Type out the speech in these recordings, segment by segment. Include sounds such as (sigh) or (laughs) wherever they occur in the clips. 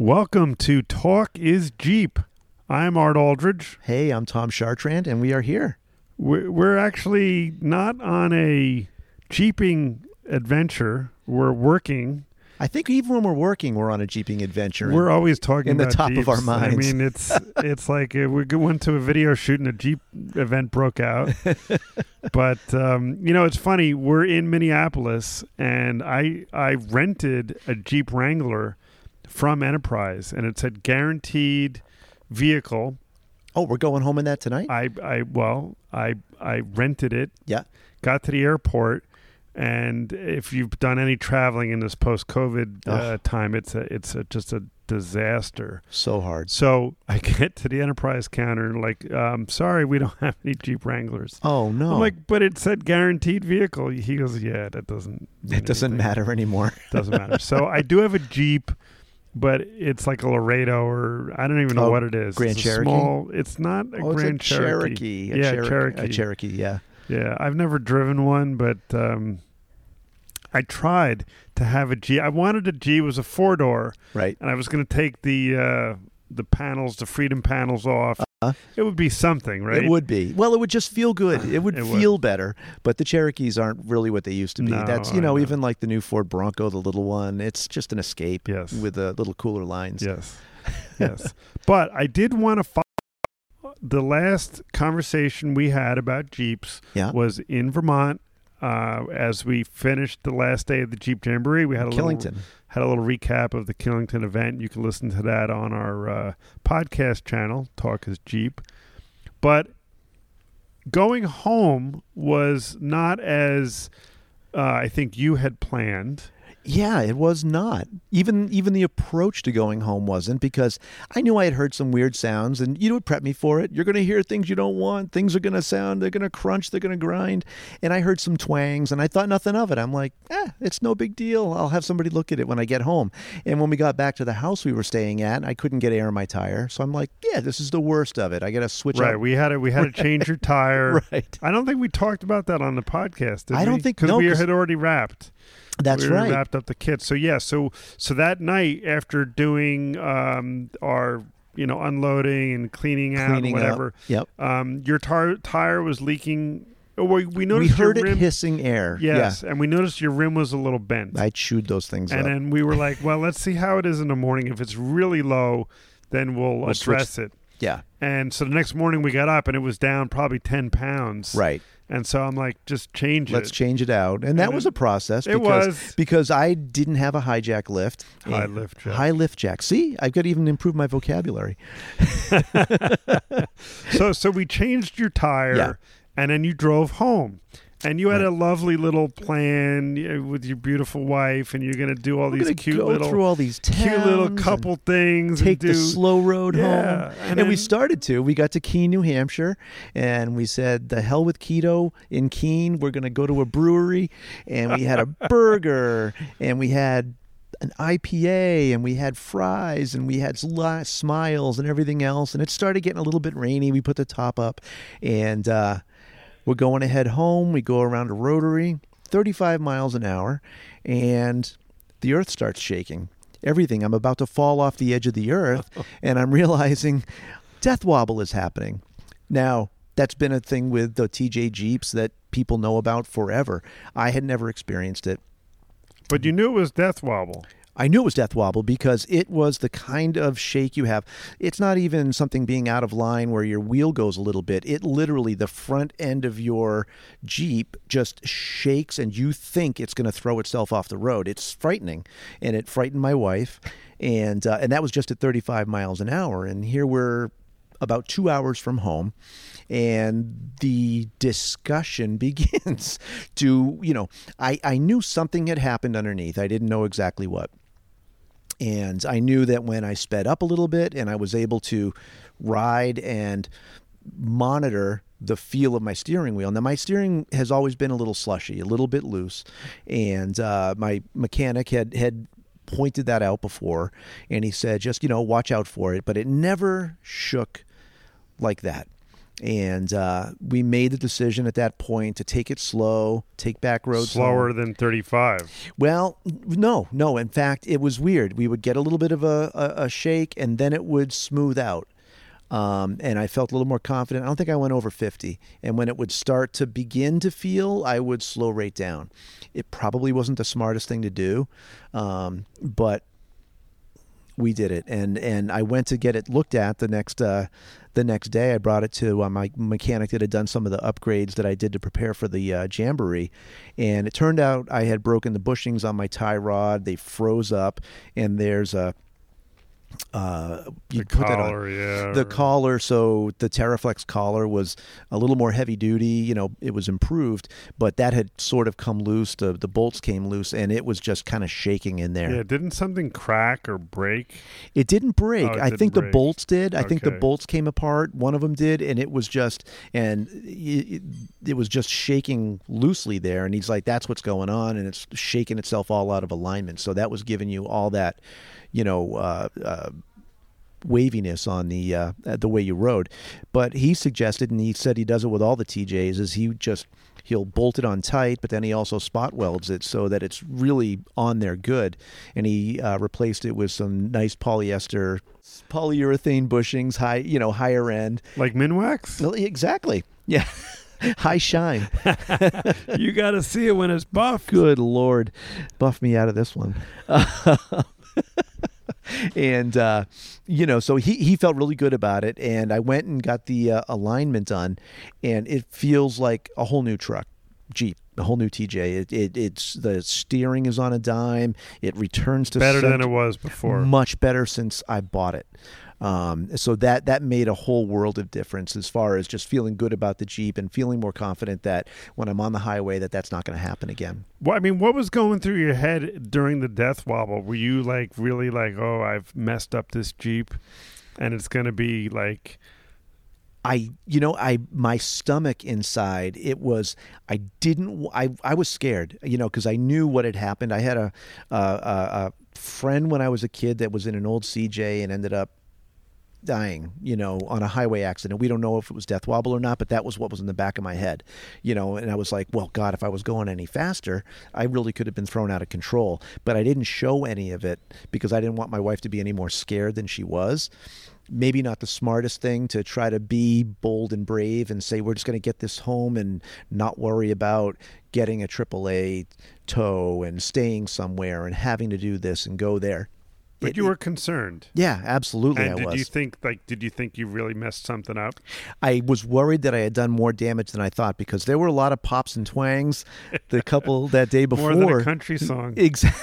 Welcome to Talk is Jeep. I'm Art Aldridge. Hey, I'm Tom Chartrand, and we are here. We're, we're actually not on a jeeping adventure. We're working. I think even when we're working, we're on a jeeping adventure. and- We're always talking in the about top of our Jeeps. I minds. mean, it's (laughs) it's like uh, we go- went to a video shoot and a Jeep event broke (laughs) out. but um, you know, it's funny. We're in Minneapolis, and I I rented a Jeep Wrangler from Enterprise, and it said guaranteed vehicle. oh, we're going home in that tonight. I I well I I rented it yeah, got to the airport and if you've done any traveling in this post covid uh, Ugh. time it's a, it's a, just a disaster so hard. so i (laughs) get to the enterprise counter and like um sorry we don't (laughs) have any jeep wranglers Oh no, i'm like but it said guaranteed vehicle he goes yeah that doesn't mean it doesn't anything. (laughs) matter anymore. doesn't matter (laughs) so i do have a jeep but it's like a Laredo, or I don't even know Oh, what it is. Grand it's a Cherokee? small. It's not a oh, Grand it's a Cherokee. A yeah, Cherokee. Cherokee. A Cherokee. Yeah. Yeah, I've never driven one, but um, I tried to have a G. I wanted a G. It was a four door, Right. and I was going to take the uh, the panels, the freedom panels off. Uh-huh. It would be something, right? It would be. Well, it would just feel good. It would (sighs) It would. feel better. But the Cherokees aren't really what they used to be. No, That's I you know, know. even like the new Ford Bronco, the little one. It's just an escape. Yes. With a little cooler lines. Yes, yes. (laughs) But I did want to follow. The last conversation we had about Jeeps Yeah. was in Vermont. Uh, as we finished the last day of the Jeep Jamboree, we had a little Killington. had a little recap of the Killington event. You can listen to that on our uh, podcast channel, Talk is Jeep. But going home was not as uh, I think you had planned. Yeah, it was not. Even even the approach to going home wasn't because I knew I had heard some weird sounds and you would prep me for it. You're going to hear things you don't want. Things are going to sound, they're going to crunch, they're going to grind. And I heard some twangs and I thought nothing of it. I'm like, "Eh, it's no big deal. I'll have somebody look at it when I get home." And when we got back to the house we were staying at, I couldn't get air in my tire. So I'm like, "Yeah, this is the worst of it. I got to switch right, (laughs) up." we had to we had to change your tire. Right. I don't think we talked about that on the podcast. Did I don't we? think- 'Cause no, we 'cause- had already wrapped. That's we already right. Wrapped up the kit. So yeah. So so that night after doing um, our you know unloading and cleaning out and Cleaning up. whatever, Yep. um, your tire tire was leaking. Oh, we, we We noticed heard your it rim. hissing air. yes, and we noticed your rim was a little bent. Yeah. I chewed those things and up. then we were like, well, let's see how it is in the morning. If it's really low, then we'll, We'll switch- address it. yeah. And so the next morning we got up and it was down probably ten pounds. Right. And so I'm like, just change Let's it. change it out. And that And was it- a process. it because, was. because I didn't have a hijack lift. High And- lift jack. High lift jack. See, I've got to even improve my vocabulary. so so we changed your tire Yeah. and then you drove home. And you had a lovely little plan uh, with your beautiful wife, and you're going to do all I'm these gonna cute go little through all these towns. cute little and couple things. and Take do- the slow road Yeah, home. and And, we then- started to. We got to Keene, New Hampshire, and we said, the hell with keto in Keene. We're going to go to a brewery. And we (laughs) had a burger, and we had an IPA, and we had fries, and we had li- smiles and everything else. And it started getting a little bit rainy. We put the top up, and uh, we're going to head home. We go around a rotary, 35 miles an hour, and the earth starts shaking. Everything. I'm about to fall off the edge of the earth, and I'm realizing death wobble is happening. Now, that's been a thing with the TJ Jeeps that people know about forever. I had never experienced it. But you knew it was death wobble. I knew it was death wobble because it was the kind of shake you have. It's not even something being out of line where your wheel goes a little bit. It literally, the front end of your Jeep just shakes and you think it's going to throw itself off the road. It's frightening. And it frightened my wife. And, uh, and that was just at 35 miles an hour. And here we're about two hours from home and the discussion (laughs) begins to you know I, I knew something had happened underneath i didn't know exactly what and i knew that when i sped up a little bit and i was able to ride and monitor the feel of my steering wheel now my steering has always been a little slushy a little bit loose and uh, my mechanic had had pointed that out before and he said just you know watch out for it but it never shook like that And uh, we made the decision at that point to take it slow, take back roads slower home. than 35. Well, no, no. In fact, it was weird. We would get a little bit of a, a, a shake, and then it would smooth out. Um, and I felt a little more confident. I don't think I went over 50. And when it would start to begin to feel, I would slow rate down. It probably wasn't the smartest thing to do, um, but we did it. And and I went to get it looked at the next uh, the next day. I brought it to uh, my mechanic that had done some of the upgrades that I did to prepare for the uh, jamboree, and it turned out I had broken the bushings on my tie rod. They froze up, and there's a uh, you The put that on collar, yeah. the collar so the terraflex collar was a little more heavy duty you know it was improved but that had sort of come loose the, the bolts came loose and it was just kind of shaking in there yeah, didn't something crack or break? it didn't break Oh, it i didn't think the break. bolts did i think the Okay. bolts came apart one of them did and it was just and it, it was just shaking loosely there and he's like that's what's going on and it's shaking itself all out of alignment so that was giving you all that you know uh, uh, waviness on the uh, the way you rode. But he suggested, and he said he does it with all the TJs, is he just he'll bolt it on tight, but then he also spot welds it so that it's really on there good. And he uh, replaced it with some nice polyester polyurethane bushings, high you know higher end. Like (laughs) Minwax? No, Exactly, yeah. (laughs) High shine. you got to see it when it's buff. Good lord, buff me out of this one. (laughs) and uh, you know, so he he felt really good about it, and I went and got the uh, alignment done, and it feels like a whole new truck, Jeep, a whole new TJ. It, it it's the steering is on a dime. It returns to Better center than it was before. much better since I bought it. Um, so that that made a whole world of difference as far as just feeling good about the Jeep and feeling more confident that when I'm on the highway that that's not going to happen again. Well, I mean, what was going through your head during the death wobble? Were you like really like, oh, I've messed up this Jeep and it's going to be like, I you know I my stomach inside it was I didn't I I was scared you know because I knew what had happened. I had a, a, a, a friend when I was a kid that was in an old CJ and ended up dying, you know, on a highway accident. We don't know if it was death wobble or not, but that was what was in the back of my head, you know. And I was like, well, God, if I was going any faster, I really could have been thrown out of control. But I didn't show any of it because I didn't want my wife to be any more scared than she was. Maybe not the smartest thing to try to be bold and brave and say, we're just going to get this home and not worry about getting a AAA tow and staying somewhere and having to do this and go there. but It- you it- were concerned. yeah, absolutely. And I did was. you think like did you think you really messed something up? I was worried that I had done more damage than I thought because there were a lot of pops and twangs. The (laughs) couple that day before, More than a (laughs) country song. Exa-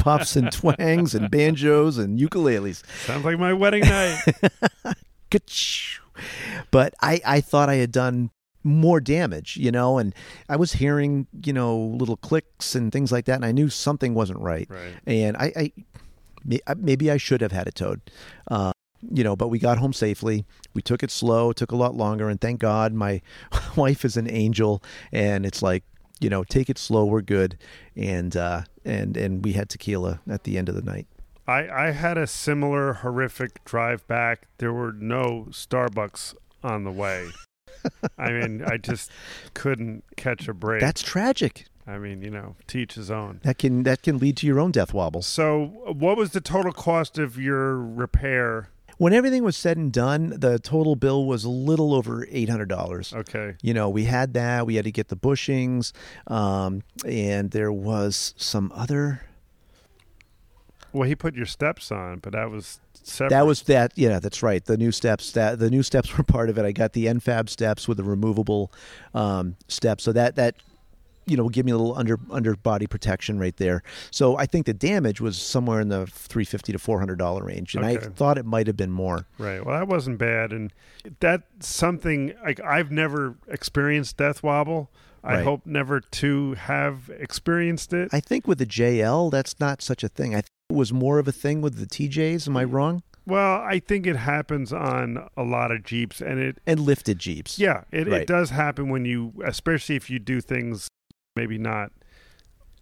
pops and twangs and banjos and ukuleles. Sounds like my wedding night. (laughs) Ka-choo. But I, I thought I had done more damage, you know, and I was hearing, you know, little clicks and things like that, and I knew something wasn't right. Right. And I, I may- I- maybe I should have had it towed. Uh, you know, but we got home safely. We took it slow, it took a lot longer, and thank God my (laughs) wife is an angel, and it's like, you know, take it slow, we're good, and uh, and and we had tequila at the end of the night. I, I had a similar horrific drive back. There were no Starbucks on the way. I mean, I just couldn't catch a break. That's tragic. I mean, you know, teach his own. That can that can lead to your own death wobbles. So, what was the total cost of your repair? When everything was said and done, the total bill was a little over eight hundred dollars. Okay. You know, we had that. We had to get the bushings, um, and there was some other. Well, he put your steps on, but that was separate. That was that. Yeah, that's right. The new steps. That the new steps (laughs) were part of it. I got the NFAB steps with the removable um, steps. So that that you know give me a little under under body protection right there. So I think the damage was somewhere in the three fifty to four hundred dollar range, and I Okay. thought it might have been more. right. Well, that wasn't bad, and that's something like I've never experienced death wobble. I Right. hope never to have experienced it. I think with the JL, that's not such a thing. I think it was more of a thing with the TJs. Am I Mm. wrong? well, I think it happens on a lot of Jeeps, and it And lifted Jeeps. yeah, it, Right. it does happen when you, especially if you do things maybe not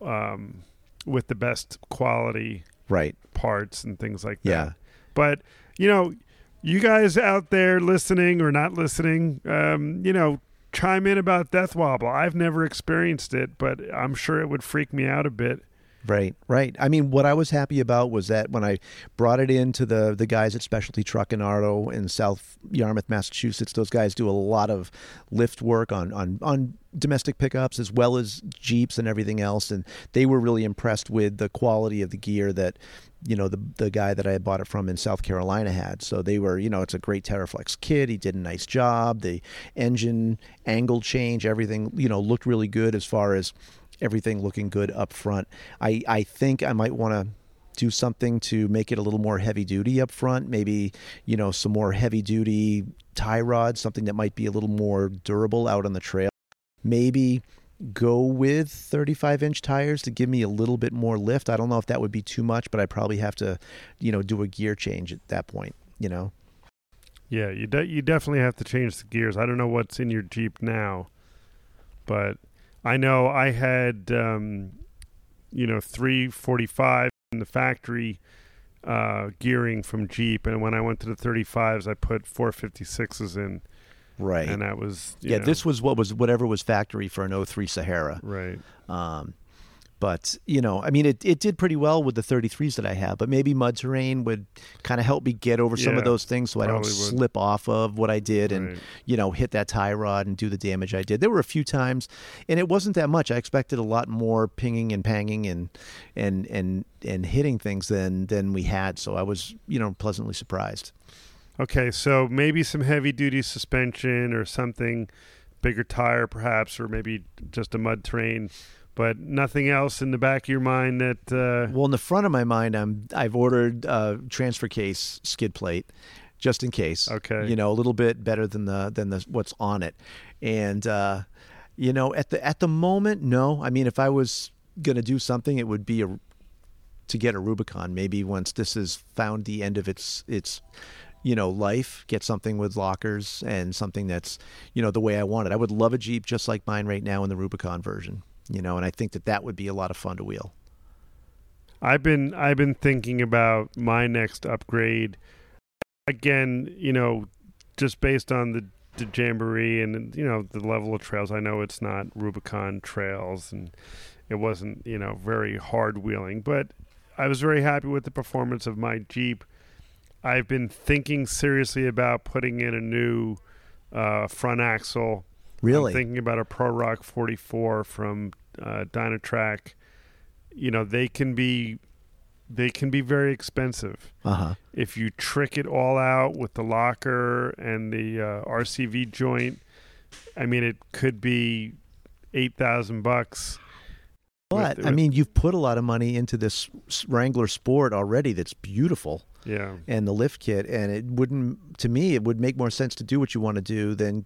um, with the best quality Right. parts and things like that. Yeah. But you know, you guys out there listening or not listening, um, you know, chime in about death wobble. I've never experienced it, but I'm sure it would freak me out a bit. Right, right. I mean, what I was happy about was that when I brought it in to the the guys at Specialty Truck and Arto in South Yarmouth, Massachusetts, those guys do a lot of lift work on on on domestic pickups as well as Jeeps and everything else, and they were really impressed with the quality of the gear that you know the the guy that I had bought it from in South Carolina had. So they were, you know, it's a great Terraflex kit. He did a nice job. The engine angle change, everything, you know, looked really good as far as everything looking good up front. I, I think I might want to do something to make it a little more heavy duty up front. Maybe, you know, some more heavy duty tie rods, something that might be a little more durable out on the trail. Maybe go with 35 inch tires to give me a little bit more lift. I don't know if that would be too much, but I probably have to, you know, do a gear change at that point, you know. Yeah, you de- you definitely have to change the gears. I don't know what's in your Jeep now, but I know I had, um, you know, 345 in the factory uh, gearing from Jeep. And when I went to the 35s, I put 456s in. Right. And uh, that was, you yeah, know, this was what was whatever was factory for an 03 Sahara. Right. Um, but you know, I mean, it, it did pretty well with the 33s that I have. But maybe mud terrain would kind of help me get over some Yeah, of those things, so I don't probably would. slip off of what I did and Right. you know hit that tie rod and do the damage I did. There were a few times, and it wasn't that much. I expected a lot more pinging and panging and and and and hitting things than than we had. So I was you know pleasantly surprised. Okay. So maybe some heavy duty suspension or something, bigger tire perhaps, or maybe just a mud terrain. But nothing else in the back of your mind that. Uh, Well, in the front of my mind, I'm I've ordered a transfer case skid plate, just in case. Okay. You know, a little bit better than the than the what's on it, and uh, you know, at the at the moment, no. I mean, if I was gonna do something, it would be a to get a Rubicon. Maybe once this has found the end of its its you know life, get something with lockers and something that's you know the way I want it. I would love a Jeep just like mine right now in the Rubicon version. You know, and I think that that would be a lot of fun to wheel. I've been I've been thinking about my next upgrade. Again, you know, just based on the the jamboree and you know the level of trails. I know it's not Rubicon trails, and it wasn't you know very hard wheeling, but I was very happy with the performance of my Jeep. I've been thinking seriously about putting in a new uh, front axle. Really? I'm thinking about a Pro Rock 44 from uh, Dynatrack. You know, they can be they can be very expensive Uh huh. if you trick it all out with the locker and the uh, RCV joint. I mean, it could be eight thousand bucks. But with- I with- mean, you've put a lot of money into this s- Wrangler Sport already. That's beautiful, Yeah, and the lift kit, and it wouldn't. To me, it would make more sense to do what you want to do than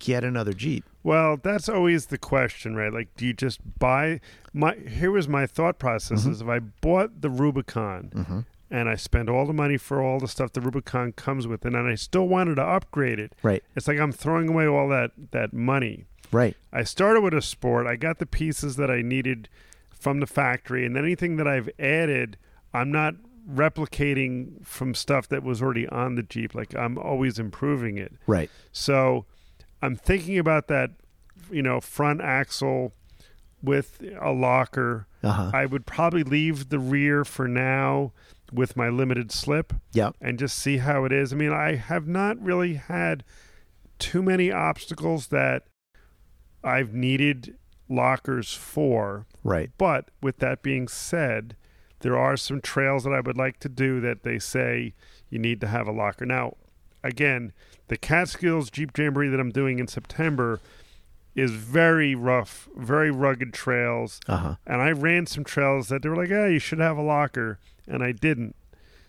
get another Jeep. Well, that's always the question, right? Like, do you just buy my? Here was my thought process: is if I bought the Rubicon and I spent all the money for all the stuff the Rubicon comes with, and then I still wanted to upgrade it, Right. it's like I'm throwing away all that that money. Right. I started with a sport. I got the pieces that I needed from the factory, and then anything that I've added, I'm not replicating from stuff that was already on the Jeep. Like I'm always improving it. Right. So I'm thinking about that, you know, front axle with a locker. Uh huh. I would probably leave the rear for now with my limited slip Yep. and just see how it is. I mean, I have not really had too many obstacles that I've needed lockers for. Right. But with that being said, there are some trails that I would like to do that they say you need to have a locker. Now, again, the Catskills Jeep Jamboree that I'm doing in September is very rough, very rugged trails. Uh huh. And I ran some trails that they were like, "Yeah, you should have a locker," and I didn't.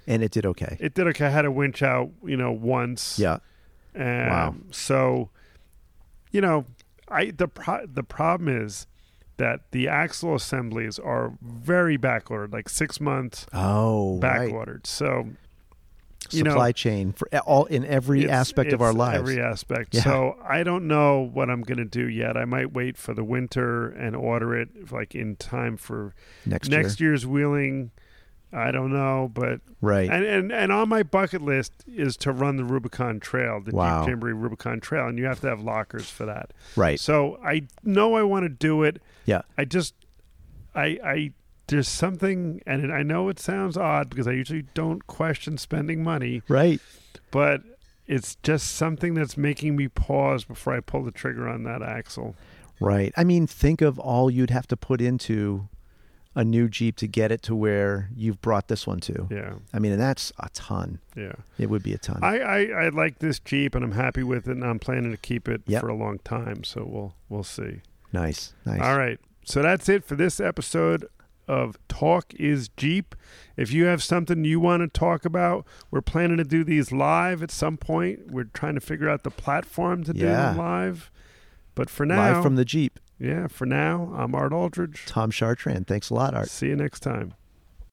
And it did okay. It did okay. I had a winch out, you know, once. Yeah. Um, Wow. So, you know, I the pro- the problem is that the axle assemblies are very backordered, like six months Oh, right. backordered. So, you know, Supply chain for all in every it's- aspect of it's our lives. every aspect. Yeah. So I don't know what I'm going to do yet. I might wait for the winter and order it like in time for next, next year's wheeling I don't know, but Right. and, and and on my bucket list is to run the Rubicon Trail, the Wow. Jeep Jamboree Rubicon Trail, and you have to have lockers for that. right. So I know I want to do it. Yeah. I just, I, I, there's something, and I know it sounds odd because I usually don't question spending money, Right. but it's just something that's making me pause before I pull the trigger on that axle. Right. I mean, think of all you'd have to put into a new Jeep to get it to where you've brought this one to. Yeah, I mean, and that's a ton. yeah. It would be a ton. I, I, I like this Jeep, and I'm happy with it, and I'm planning to keep it Yep. for a long time. So we'll, we'll see. nice. Nice. All right. So that's it for this episode of Talk is Jeep. If you have something you want to talk about, we're planning to do these live at some point. We're trying to figure out the platform to do them Yeah. live. But for now, Live from the Jeep. yeah, for now, I'm Art Aldridge. Tom Chartrand. Thanks a lot, Art. See you next time.